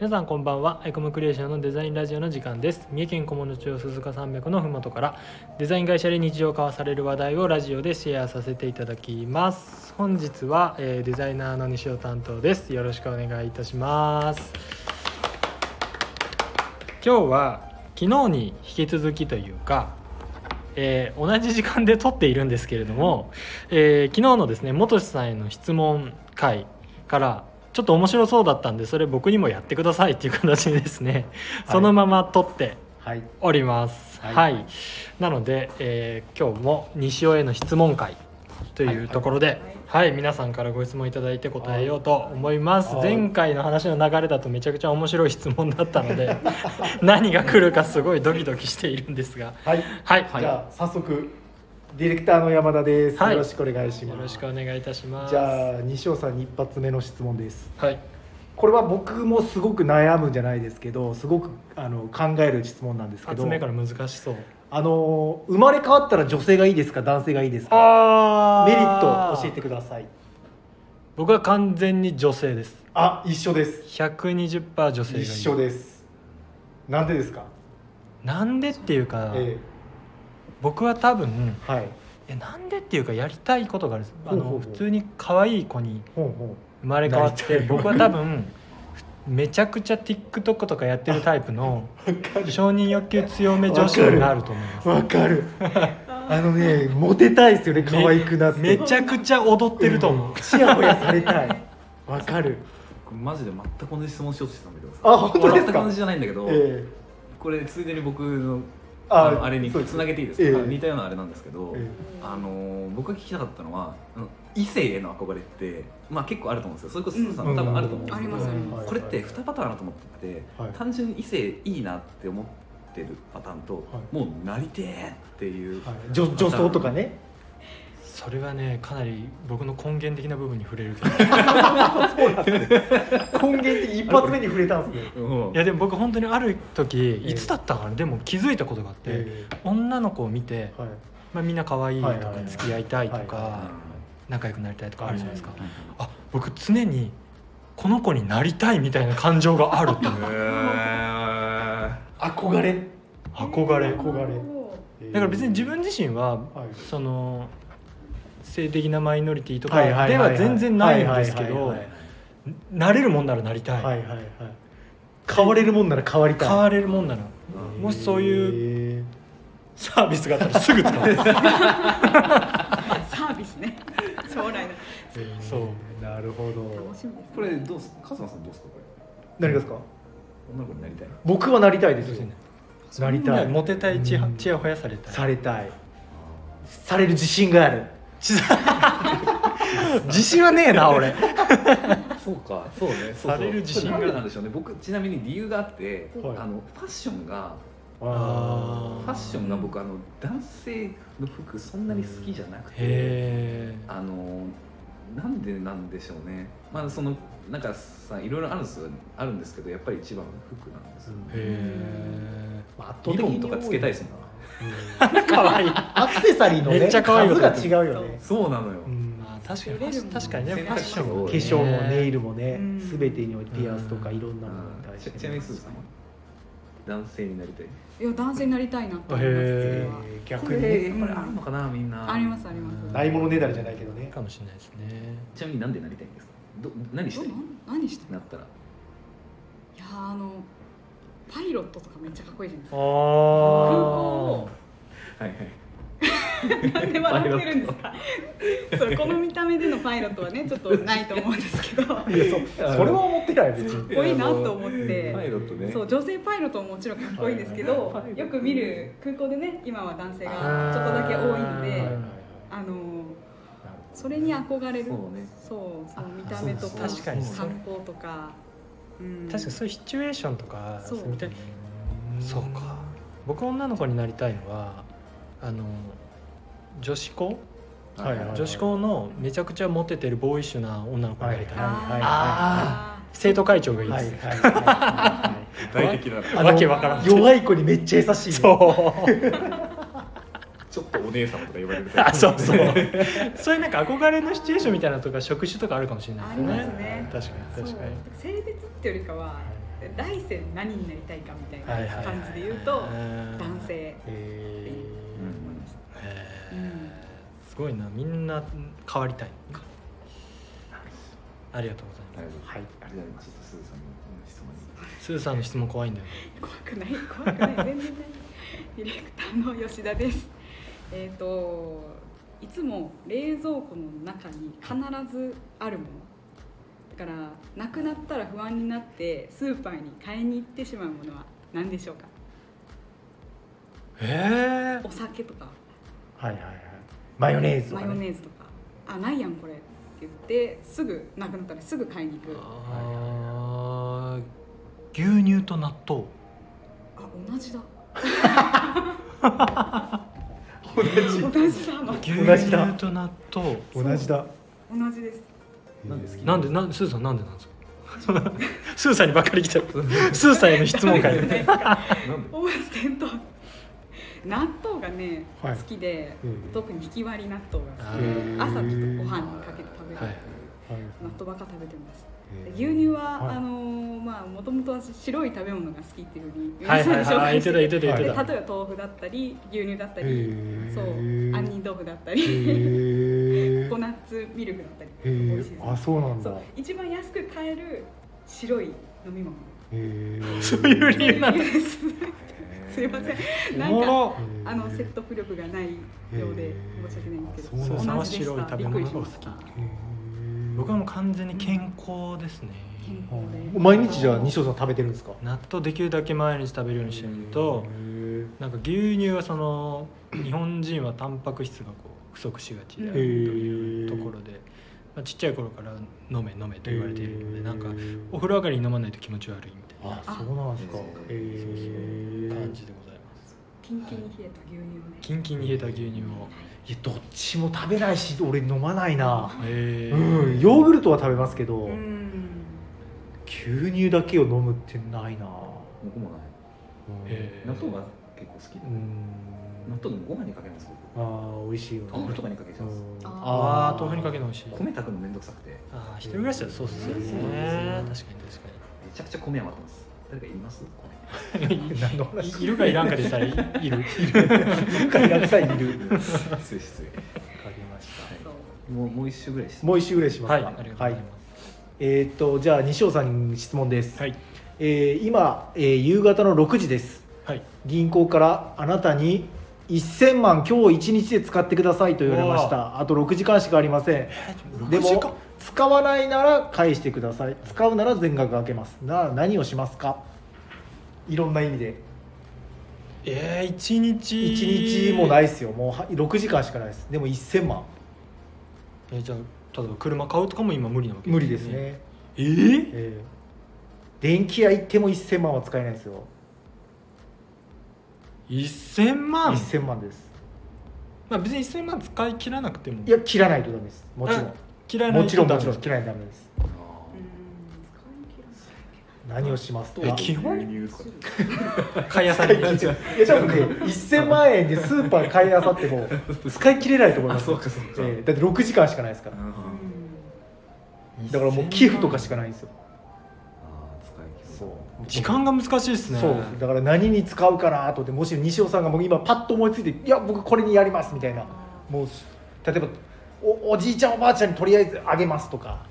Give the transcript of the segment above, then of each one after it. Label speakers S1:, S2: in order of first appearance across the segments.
S1: 皆さんこんばんはアイコムクリエーションのデザインラジオの時間です三重県菰野町鈴鹿山脈のふもとからデザイン会社で日常化わされる話題をラジオでシェアさせていただきます本日は、えーデザイナーの西尾担当ですよろしくお願いいたします今日は昨日に引き続きというかえー同じ時間で撮っているんですけれども、えー昨日のですね元志さんへの質問会からちょっと面白そうだったんでそれ僕にもやってくださいっていう形でですね、
S2: はい
S1: そのまま撮って
S2: はい、
S1: おりますは、
S2: はいい
S1: なので、えー今日も西尾への質問会というところではい、皆さんからご質問いただいて答えようと思います、
S2: はい
S1: 前回の話の流れだとめちゃくちゃ面白い質問だったので 何が来るかすごいドキドキしているんですが
S2: はい、
S1: はい、
S2: じゃあ早速ディレクターの山田です、
S1: はい
S2: よろしくお願いし
S1: よ
S2: ま
S1: ろ
S2: す
S1: しくお願いいたします
S2: じゃあ西尾さんに一発目の質問です
S1: はい
S2: これは僕もすごく悩むんじゃないですけどすごくあの考える質問なんですけ
S1: 発
S2: ど
S1: 目から難しそう
S2: あの生まれ変わったら女性がいいですか男性がいいですか
S1: あ
S2: メリットを教えてください
S1: 僕は完全に女性です
S2: あ一緒です
S1: 120%女性がいい
S2: 一緒ですなんでですか、
S1: なんでっていうか、
S2: え
S1: 僕は多分
S2: えはい
S1: えなんでっていうかやりたいことがあるんですあ
S2: ほうほ
S1: の
S2: う
S1: 普通に可愛い子に
S2: ほうほ
S1: 生まれ変わっ
S2: な
S1: て
S2: りたい
S1: 僕は多分めちゃくちゃ TikTok とかやってるタイプの 承認欲求強め女子になると思います
S2: うわかるあのねモテたいですよね可愛くなって
S1: めちゃくちゃ踊ってると思う
S2: ちやほやされ たいわかる
S3: これマジで全く同じ質問しようとしてたんだけどさ
S2: あ本当です
S3: 全
S2: か
S3: く同じじゃないんだけど、
S2: え
S3: これついでに僕の
S2: あ
S3: あのあれに
S2: そうです
S3: つなげていいですか、
S2: ええ
S3: あの似たようなあれなんですけど、
S2: え
S3: あのー僕が聞きたかったのはあの異性への憧れって、まあ、結構あると思うんですよそれこそ須藤さんも多分あると思うんです
S4: あ
S3: け
S4: り
S3: ど、
S4: ますあり
S2: は
S4: ま
S2: い
S3: これって2パターンあると思ってて、
S2: はい
S3: 単純に異性いいなって思ってるパターンと、
S2: はい
S3: もうなりてえっていう、
S2: はい女女装とかね
S1: それはねかなり僕の根源的な部分に触れるけどい
S2: 根源で一発目に触れた んですね
S3: うん
S1: やでも僕本当にある時
S2: ええ
S1: いつだったかなでも気づいたことがあって、
S2: え
S1: 女の子を見て、
S2: はい
S1: まあ、みんな可愛いと
S2: はいはい
S1: か
S2: はい
S1: 付き合いたいとか、
S2: はい
S3: うん
S1: 仲良くなりたいとかあるじゃないですか、
S3: うん
S1: あ僕常にこの子になりたいみたいな感情があるっていう
S2: 憧れ
S1: 憧れ
S2: 憧れ
S1: だから別に自分自身は
S2: はい
S1: その性的なマイノリティと
S2: はい
S1: か
S2: はい
S1: で
S2: は
S1: は
S2: いは
S1: い全然ないんですけ
S2: は
S1: ど
S2: いはい
S1: なれるもんならなりたい、
S2: はいはいはい変われるもんなら変わりたい
S1: 変われるもんなら
S2: うん
S1: もしそういう
S2: へ
S1: サービスがあったらすぐ 使う
S4: サービスね。将来
S2: ー
S4: の
S1: そう
S2: なるほど
S4: 楽しみです、ね。
S3: これどうすカズマさんどうすかこれ
S2: 何がですか
S3: 女の子になりたい
S2: 僕はなりたいです
S1: そうで
S2: よなり
S1: だか
S2: た
S1: ら
S2: い
S1: モテたいちや
S2: うん
S1: ちやほやされたい
S2: されたいされる自信がある
S1: 自信はねえな俺
S3: そうか、そうね。そうそう
S1: される自信が
S3: これなんでなんでしょうね。僕ちなみに理由があって、
S2: はい
S3: あのファッションが
S1: あ
S3: ファッションが僕あの男性の服そんなに好きじゃなくて、
S1: へ
S3: あのなんでなんでしょうね。まあそのなんかさいろいろあるんですよあるんですけど、やっぱり一番は服なんですよ。
S1: えへ
S2: まあ圧倒
S3: リ
S2: 的
S3: ボ
S2: に
S3: ンとかつけたいですもん。
S1: えかわいい
S2: アクセサリーのね
S1: めっちゃ可愛いこと
S2: 数が違うよね、
S3: そうなのよ。
S2: うん
S1: まあ確かにファッシ確かにねフ
S3: 選
S1: ァッ
S3: 択肢
S1: ショ
S3: が
S1: ン
S3: 多
S1: は
S2: 化
S3: い
S1: ね
S2: 粧もネイルもね
S4: うん
S2: 全てにおいてピアスとかいろんなものに
S3: う
S2: 対
S3: ん
S2: して
S3: ちちなみにすずさんは男性になりたい。
S4: いや男性になりたいなって思います。それ
S2: え
S1: へ
S4: は
S2: ー逆
S3: こ
S2: に
S3: れ
S2: ね
S3: やっぱりあるのかなみんな。
S4: ありますあります。
S2: ないものねだりじゃないけどね
S1: かもしれないですね
S3: ちなみになんでなりたいんですか。ど何し
S4: ど
S3: た
S4: う
S3: い。
S4: 何何したい
S3: なったら。
S4: いやーあのパイロットとかめっちゃかっこいいじゃないです
S1: あ
S4: か。
S1: あ
S4: 空港
S3: はいはい。
S4: をなんで笑ってるんですか。そうこの見た目でのパイロットはねちょっとないと思うんですけど、かっ
S2: いやそそれは思ってない別に
S4: こいいなと思って
S3: パ。イロットね
S4: そう女性パイロットももちろんかっこいいですけど、
S3: はい
S4: よく見る空港でね今は男性がちょっとだけ多いの
S1: え
S4: で
S1: ー
S2: はいはいはい
S4: あのそれに憧れる
S3: そうね
S4: そうそ
S1: あ
S4: の見た目と
S1: そ
S4: か
S1: うそう確かにそれ
S4: 格好とか、うん
S1: 確かにそういうシチュエーションとか
S4: そう
S1: 見たいそうか僕女の子になりたいのはあの女子校
S2: はいはい
S1: 女子校のめちゃくちゃモテてるボーイッシュな女の子になりたい、
S2: はい
S1: あ
S4: あ
S1: 生徒会長がいいで
S2: はい
S1: す、
S2: はいはい
S3: 具体的だな
S2: あの
S1: わけわからん
S2: 弱い子にめっちゃ優しいね
S1: そう
S3: ちょっとお姉さんとか言われる
S1: あそう そうそういうなんか憧れのシチュエーションみたいなのとか職種とかあるかもしれ
S4: ー
S1: ない
S4: あ
S1: で
S4: り
S1: す
S4: ま
S1: ね確
S4: すね
S1: かに
S4: そう
S1: 確かに
S4: 性別ってよりかは来世何になりたいかみた
S1: はいい
S4: な
S1: はい
S4: 感じで言うと男
S1: 男
S4: 性
S1: えー
S3: うん
S4: 思いました
S1: え
S4: うん
S1: ーすごいなみんな変わりたいありがとうございます
S3: ありがとうございます
S1: はい
S3: ありがとうございますちょっとすずさんの質問に
S1: スーさんの質問怖いんだよね
S4: 怖くない怖くない全然大丈夫ディレクターの吉田です えっ、といつも冷蔵庫の中に必ずあるものだからなくなったら不安になってスーパーに買いに行ってしまうものは何でしょうか
S1: え
S4: お酒とか
S2: はいはいはいマヨネーズと
S4: マ
S2: か、
S4: ヨ
S2: ね、
S4: ネーズとかあないやんこれって言ってすぐなくなったらすぐ買いに行く
S1: ー牛乳と納豆
S4: あ同じだ
S2: 同じ
S4: 同じだま
S1: 牛
S2: 同じだ
S1: 乳と納豆
S2: 同じだ
S4: 同じです
S3: なんで好き
S1: なんでなんスーさんなんでなんですか スーさんにばっかり来ちゃったスーさんへの質問会
S4: ね
S3: なんで
S4: 思わず転倒納豆がね、
S2: はい
S4: 好きで、
S2: うん
S4: 特にひき割り納豆が好
S1: へ
S4: きで
S1: ー
S4: 朝ちょっとご飯にかけて食べる、
S1: はい
S2: はい
S4: 納豆ばっか食べてます
S2: え
S4: で
S2: ー
S4: 牛乳は、
S2: はい
S4: あのーまあもともと私白い食べ物が好きっていうふうに
S1: はいはい
S4: 紹
S1: はい
S4: 介
S1: 言っ
S4: し
S1: た言
S4: ててて
S1: ってた言って
S4: で
S1: た
S4: 例えば豆腐だったり牛乳だった
S2: へ
S4: り
S2: ー
S4: そう杏仁豆腐だった
S2: へ
S4: り
S2: ー
S4: コ コナッツミルクだったり
S2: へ
S4: 美味しい
S2: ー
S4: で
S2: あ
S4: す
S2: そうなん
S4: そ
S2: だ
S4: う一番安く買える白い飲み物
S2: へー
S1: そういう理由なんだ
S4: そういう理由ですすいませんなんか
S1: おもろ
S4: あの説得力がないようで申し訳ないんですけ
S2: へ
S4: ど、
S2: ーあそうなん
S4: 同
S2: だ
S4: じでした。びっくりしました。
S2: へー
S1: 僕はもう完全に健康ですね
S4: 健
S2: は
S4: 康で
S2: い毎日じゃあ西尾さん食べてるんですか
S1: 納豆できるだけ毎日食べるようにしてるのと
S2: へー
S1: なんか牛乳はその日本人はタンパク質がこう不足しがちであるというところで、まあ、ちっちゃい頃から飲め飲めと言われているのでなんかお風呂上がりに飲まないと気持ち悪いみたい
S2: あ
S1: な
S2: そうなんですか
S3: あ
S2: へー
S1: 感じでございます
S4: キンキンに冷えた牛乳をね。
S1: キンキンに冷えた牛乳を
S2: いやどっちも食べないし俺飲まないな
S1: へえ
S2: うんヨーグルトは食べますけど、
S4: うん。
S2: 牛乳だけを飲むってないな
S3: 僕もな
S2: うん
S3: い
S1: へー
S3: 納豆が結構好きで
S2: うん
S3: 納豆でもご飯にかけます僕
S2: あー美味しいよね
S3: 豆腐とかにかけちゃ
S2: う
S3: うんです
S2: ん
S1: ああ豆腐にかけ
S2: る
S1: てほしい
S3: 米炊くのめんどくさくて
S1: ああ一人暮らしはそうっすよね
S3: そうです
S1: 確かに
S3: めちゃくちゃ米余ってます誰かいます米
S2: 何の
S1: 確か
S2: 話
S1: にいいるかいらんかでしたらいいる
S2: 何回やさいいるわ
S3: 失礼失
S2: かりまし
S4: そう。
S3: 礼もうもう一周ぐらい質
S2: たもう
S3: 問
S2: 一周ぐらいします
S1: はい
S2: か
S1: ありがとうございます
S2: えーっとじゃあ西尾さんに質問です、
S1: はい
S2: えー今、えー夕方の6時です
S1: はい
S2: 銀行からあなたに1000万今日1日で使ってくださいと言われまし
S1: う
S2: たあと6時間しかありませんでも使わないなら返してください使うなら全額開けますなら何をしますかいろんな意味で
S1: えー、一日
S2: 1日もない
S1: い
S2: ですよもうは6時間しかないですでも1000万
S1: えーじゃあ例えば車買うとかも今無理なわけ
S2: 無理ですね、
S1: えー、
S2: えー電気屋行っても1000万は使えないですよ
S1: 1000万
S2: 1000万です
S1: まあ別に1000万使い切らなくても
S2: いや切らないとダメですもちろん
S1: 嫌いな
S2: もちろん
S1: 人だ
S2: もちろん切らないとダメです
S3: あ
S2: 何をします
S3: ー
S2: か
S1: 基本
S3: 牛乳とか
S1: 買い屋さんに
S2: いや多分ね1000万円でスーパー買いあさっても使い切れないと思います
S3: かそう
S2: ええだって6時間しかないですから
S3: あー
S2: だからもう寄付とかしかないんですよ
S3: あー使い切る
S2: そう
S1: 時間が難しいですね
S2: そうですだから何に使うかなと思ってもし西尾さんが僕今パッと思いついて「いや僕これにやります」みたいなもう例えばおおじいちゃんおばあちゃんにとりあえずあげますとか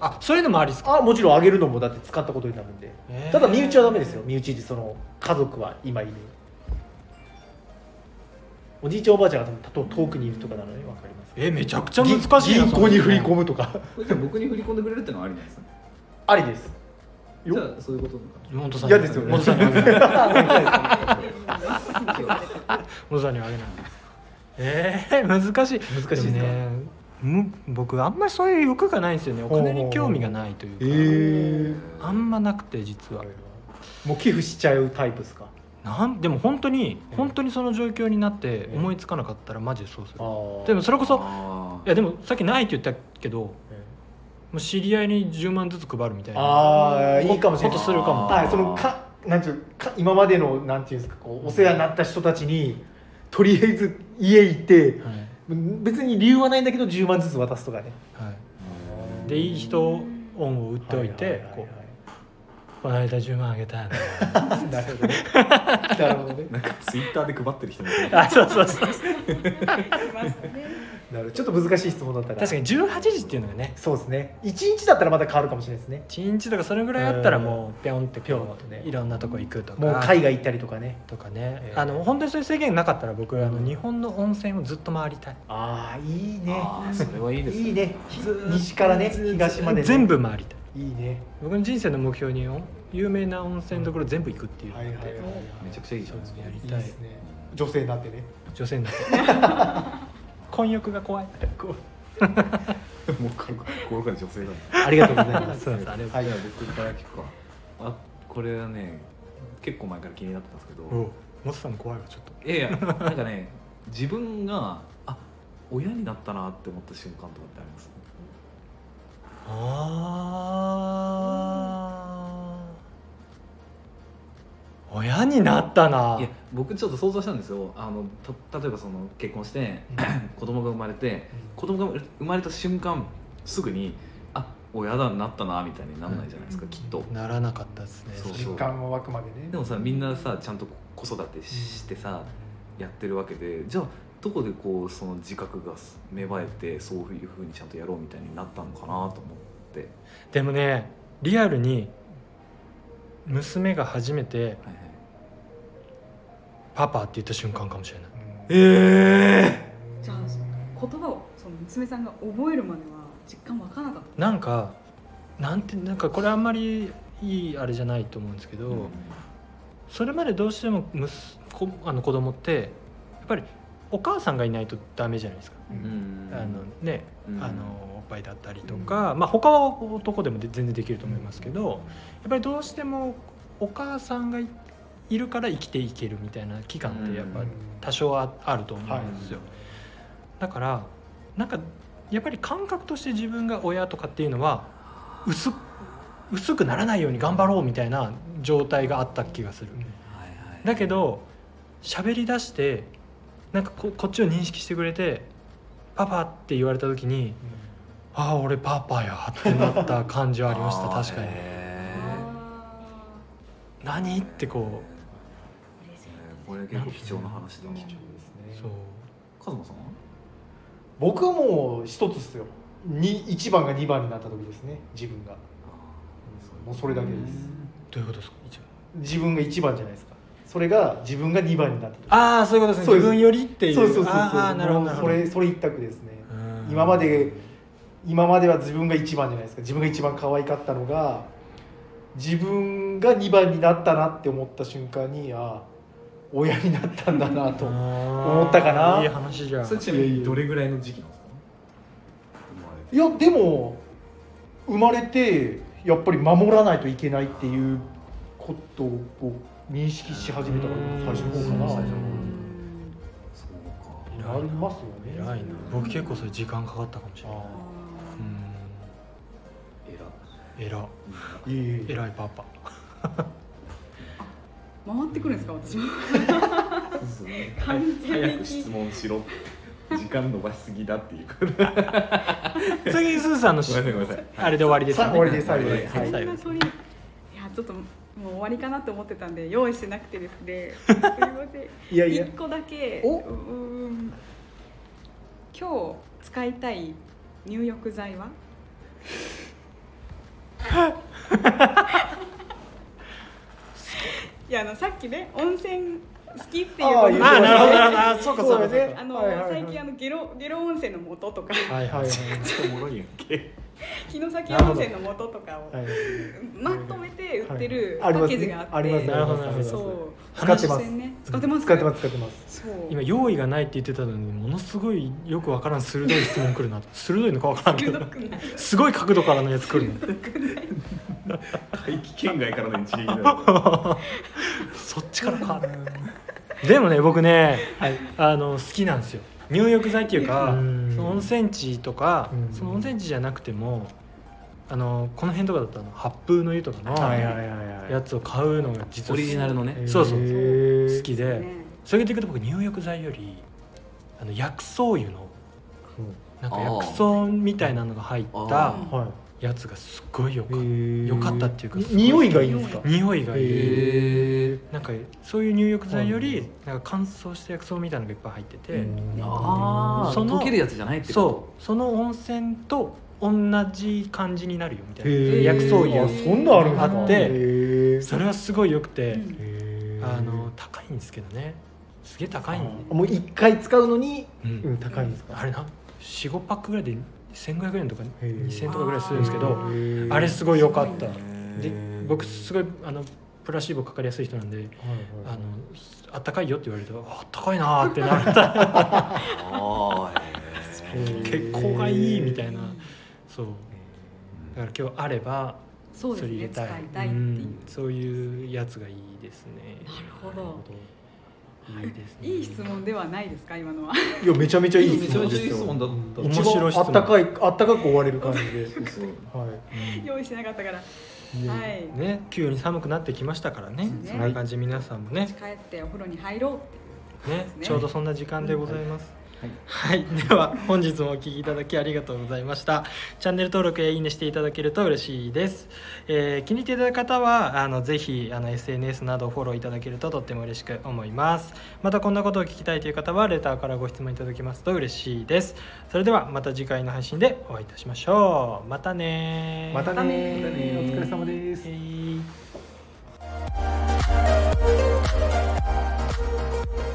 S1: あそういうのもありですか
S2: あもちろんあげるのもだって使ったことになるんで
S1: へー
S2: ただ身内はダメですよ身内でその家族は今いるおじいちゃんおばあちゃんが多分遠くにいるとかなので分かります
S1: えー、めちゃくちゃ難しいな
S2: 銀行に振り込
S1: む
S2: むとか
S3: これじゃあ僕に振り込んでくれるってのはありなんですね
S2: ありですよ
S3: じゃあそういうことなのか
S1: 本さん
S2: 嫌ですよね
S1: 元さんにあげない
S4: うん
S1: 元さんにはあげないえー、難しい
S2: 難しいですか
S1: でもねむ僕あんまりそういう欲がないんですよねお金に興味がないというか、
S2: え
S1: あんまなくて実は
S2: もう寄付しちゃうタイプですか
S1: なんでも本当に
S2: え
S1: 本当にその状況になって
S2: え
S1: 思いつかなかったらマジでそうする
S2: あ
S1: でもそれこそ
S3: あ
S1: いやでもさっきないって言ったけどもう知り合いに10万ずつ配るみたいな
S2: あーいいかもしれない
S1: ことするかも
S3: あー
S2: はいそのかなんていうか今までのなんていうんですかこうお世話になった人たちにとりあえず家行って
S1: はい
S2: 別に理由はないんだけど10万ずつ渡すとかね
S1: はい、でいい人恩を売っておいて
S2: はは
S1: こ
S2: は
S1: うこの間10万あげた よね
S2: なるほどねなるほど ね
S3: なんかツイッターで配ってる人もいる
S1: あそうそうそう
S4: いますね。
S2: なるほどちょっと難しい質問だったら
S1: 確かに18時っていうのがね
S2: そうですね一日だったらまだ変わるかもしれないですね
S1: 1日とかそれぐらいあったらもうピョンって
S2: ぴょんとね
S1: いろんなとこ行くとか
S2: もう海外行ったりとかね
S1: とかね
S2: えー
S1: あの本当にそういう制限なかったら僕はあの
S2: うん
S1: 日本の温泉をずっと回りたい
S2: ああいいね
S3: ああそれはいいです
S2: いいね
S3: ずーっと
S2: 西からね東までね
S1: 全部回りたい
S2: いいね
S1: 僕の人生の目標に有名な温泉どころ全部行くっていうのがあって
S2: はいはいはいはい
S3: めちゃくちゃいいじゃん
S1: そう や
S3: い
S1: り
S2: いい
S1: たい
S2: ですね女性になってね
S1: 女性に なって婚欲が怖い
S3: もうこれ心から女性だ
S2: ありがとうございます
S1: そうなんですあれ
S2: はい
S3: じゃあ僕から聞くかあこれはね結構前から気になってたんですけど、
S1: うんモトさんも怖いわちょっと
S3: いやいやなんかね自分があ親になったなって思った瞬間とかってあります
S1: あー親になったない
S3: や僕ちょっと想像したんですよあのた例えばその結婚して、子供が生まれて子供が生まれた瞬間すぐにあ親だなったなみたいになんないじゃないですか、
S4: うん
S3: きっと
S1: ならなかったですね
S3: そう
S2: 実感が湧くまでね
S3: でもさみんなさちゃんと子育てしてさ、やってるわけでじゃあどこでこうその自覚が芽生えてそういうふうにちゃんとやろうみたいになったのかなと思って、
S1: でもねリアルに娘が初めて
S3: はいはい、
S1: パパって言った瞬間かもしれない
S2: え
S3: え
S4: じゃあ言葉をその娘さんが覚えるまでは実感湧かなかっ
S1: なんかなんてなんかこれあんまりいいあれじゃないと思うんですけど、それまでどうしてもむすこあの子供ってやっぱりお母さんがいないとダメじゃないですか、
S4: た。
S3: ん
S1: あのね、
S3: うん
S1: あのおっぱいだったりとか、まあ他は男でもで全然できると思いますけど、やっぱりどうしてもお母さんがいいるから生きていけるみたいな期間ってやっぱ多少はあると思うんですよ、だからなんかやっぱり感覚として自分が親とかっていうのは薄薄くならないように頑張ろうみたいな状態があった気がする
S3: はいはい
S1: だけど喋り出してなんかここっちを認識してくれて「パパ」って言われた時に「ああ俺パパや」ってなった感じはありま した確かに
S3: に
S4: あ
S1: 「何?」ってこ
S3: これ結構貴重な話だな
S2: 貴重です
S1: う
S2: ね
S1: そう
S3: カズマさん
S2: 僕はもう一つですよに1番が2番になった時ですね自分がもうそれだけです
S1: どういうことですか一応
S2: 自分が1番じゃないですかそれが自分が2番になった時
S1: ああそういうことですね
S2: そうです
S1: 自分よりっていう
S2: そうそうそうそう
S1: ああなるほどなるほど
S2: もうそれそれ一択ですね
S1: うん
S2: 今まで今までは自分が1番じゃないですか自分が一番可愛かったのが自分が2番になったなって思った瞬間にああ親になったんだなと
S1: 思
S2: ったかない
S1: い話じゃん
S3: それちなみにどれぐらいの時期なんですか生
S2: いやでも生まれてやっぱり守らないといけないっていうことをこう認識し始めたから最初の
S3: う
S2: 方
S3: ん
S2: かな
S3: 最初の
S4: ー
S3: 方そう
S1: 偉いな
S2: ありますよね
S1: 偉いな僕結構それ時間かかったかもしれない
S2: あ
S1: う
S3: か
S1: ん偉
S2: あいえいえ
S1: 偉いパパ
S4: 回ってくるんですか私も。
S3: 偉
S4: 完全に
S3: 早く質問しろ時間伸ばしすぎだっていうこと
S1: 次すずさんのし
S3: ごめんなさいごめんなさい
S1: あれで終わりですよね
S2: さ終わりです
S3: 終わり
S1: で
S3: ですす
S1: はい
S4: そんな鳥いやちょっともう終わりかなと思ってたんで用意してなくてですねすいませ
S2: いや
S4: ん
S2: いや
S4: 一個だけ
S2: お
S4: うーん今日使いたい入浴 剤ははいやあのさっきね温泉好きっていうことで
S1: ああなるほどなるほどあそうかそう
S2: そ
S1: か
S2: うですね
S4: あの、
S2: はいはいはい
S4: 最近あのゲロゲロ温泉の素とか
S1: はいはい
S2: はい
S3: ちょっとおもろいやんけ
S4: 城崎温泉の素とかを
S2: はい
S4: まとめて売ってる
S2: は
S4: パ
S2: い
S4: ッケージがあって、
S2: ありますね
S1: なるほどなるほど
S4: そう
S2: 使ってます
S4: 話線ね使ってます
S2: 使ってます使ってます
S4: そう
S1: 今用意がないって言ってたのにものすごいよくわからん鋭い質問来るな鋭いのかわからんけ
S4: くど
S1: ど
S4: くない
S1: すごい角度からのやつ来るの
S3: 大気圏外からの一撃だよ
S1: そっちからかでもね僕ね
S2: はい
S1: あの好きなんですよ入浴剤っていうか
S2: うん
S1: その温泉地とか
S2: うん
S1: その温泉地じゃなくてもあのこの辺とかだったの八風の湯とかの
S2: はいはい
S1: や
S2: はいはい
S1: つを買うのが実は
S3: オリジナルのね
S1: そうそう
S2: へえ
S1: 好きでそれでいくと僕入浴剤よりあの薬草湯の
S2: うん
S1: なんか薬草みたいなのが入った
S3: あー
S2: はい
S1: やつがすっごいよかった、
S2: 良
S1: 良かったっていうか
S2: 匂いがいいんですか
S1: 匂いがいい、
S3: へえ
S1: なんかそういう入浴剤よ
S2: う
S1: りなんか乾燥した薬草みたいなのがいっぱい入ってて、
S2: うん
S3: ああ
S1: その
S3: 溶けるやつじゃないってこ
S1: そうその温泉と同じ感じになるよみたいな
S2: へー
S1: 薬草湯
S2: あそんなんあるんですか
S1: あって
S2: へー
S1: それはすごいよくて、
S4: うん
S2: へー
S1: あの高いんですけどねすげえ高いん
S2: あもう一回使うのに、
S1: う
S2: うんん、高いんですか
S1: あれな45パックぐらいで1500円とか
S2: へー
S1: 2000とかぐらいするんですけ
S4: へ
S1: ど
S4: ー
S1: あれすごい良かっ
S4: すご
S1: た
S4: い
S1: で僕すごいあのプラシーボかかりやすい人なんであのあったかいよって言われるとああったかいなーってなった
S3: ああへえ
S1: 血行がいいみたいな
S4: うん
S1: そうだから今日あれば
S4: そうです
S1: れ入れ
S4: ね
S1: た
S4: 使
S1: い
S4: いたいっていう、
S1: うんそういうやつがいいですね
S4: なるほど
S1: いいですね
S4: いい質問ではないですか今のは
S2: いやめちゃめちゃいい質
S3: めちゃ
S2: 問
S3: め
S2: で
S3: ちゃいい
S2: す
S3: 質問
S2: よ
S3: だった
S1: 面白い質問
S2: あったかいあったかく終われる感じで
S3: そうそう
S2: は
S4: 用意してなかったから
S2: い
S4: はいい
S1: ね急に寒くなってきましたからね
S4: ですね
S1: そんな感じ皆さんもね
S4: 帰ってお風呂に入ろうって
S1: ね
S4: ね
S1: ちょうどそんな時間でございます。はい、 では本日もお聞きいただきありがとうございました。チャンネル登録やいいねしていただけると嬉しいです。えー気に入っていただいた方はあのぜひあの SNS などフォローいただけるととっても嬉しく思います。またこんなことを聞きたいという方はレターからご質問いただけますと嬉しいです。それではまた次回の配信でお会いいたしましょう。またねー。
S2: またねー
S4: またねー
S2: お疲れ様です
S1: えー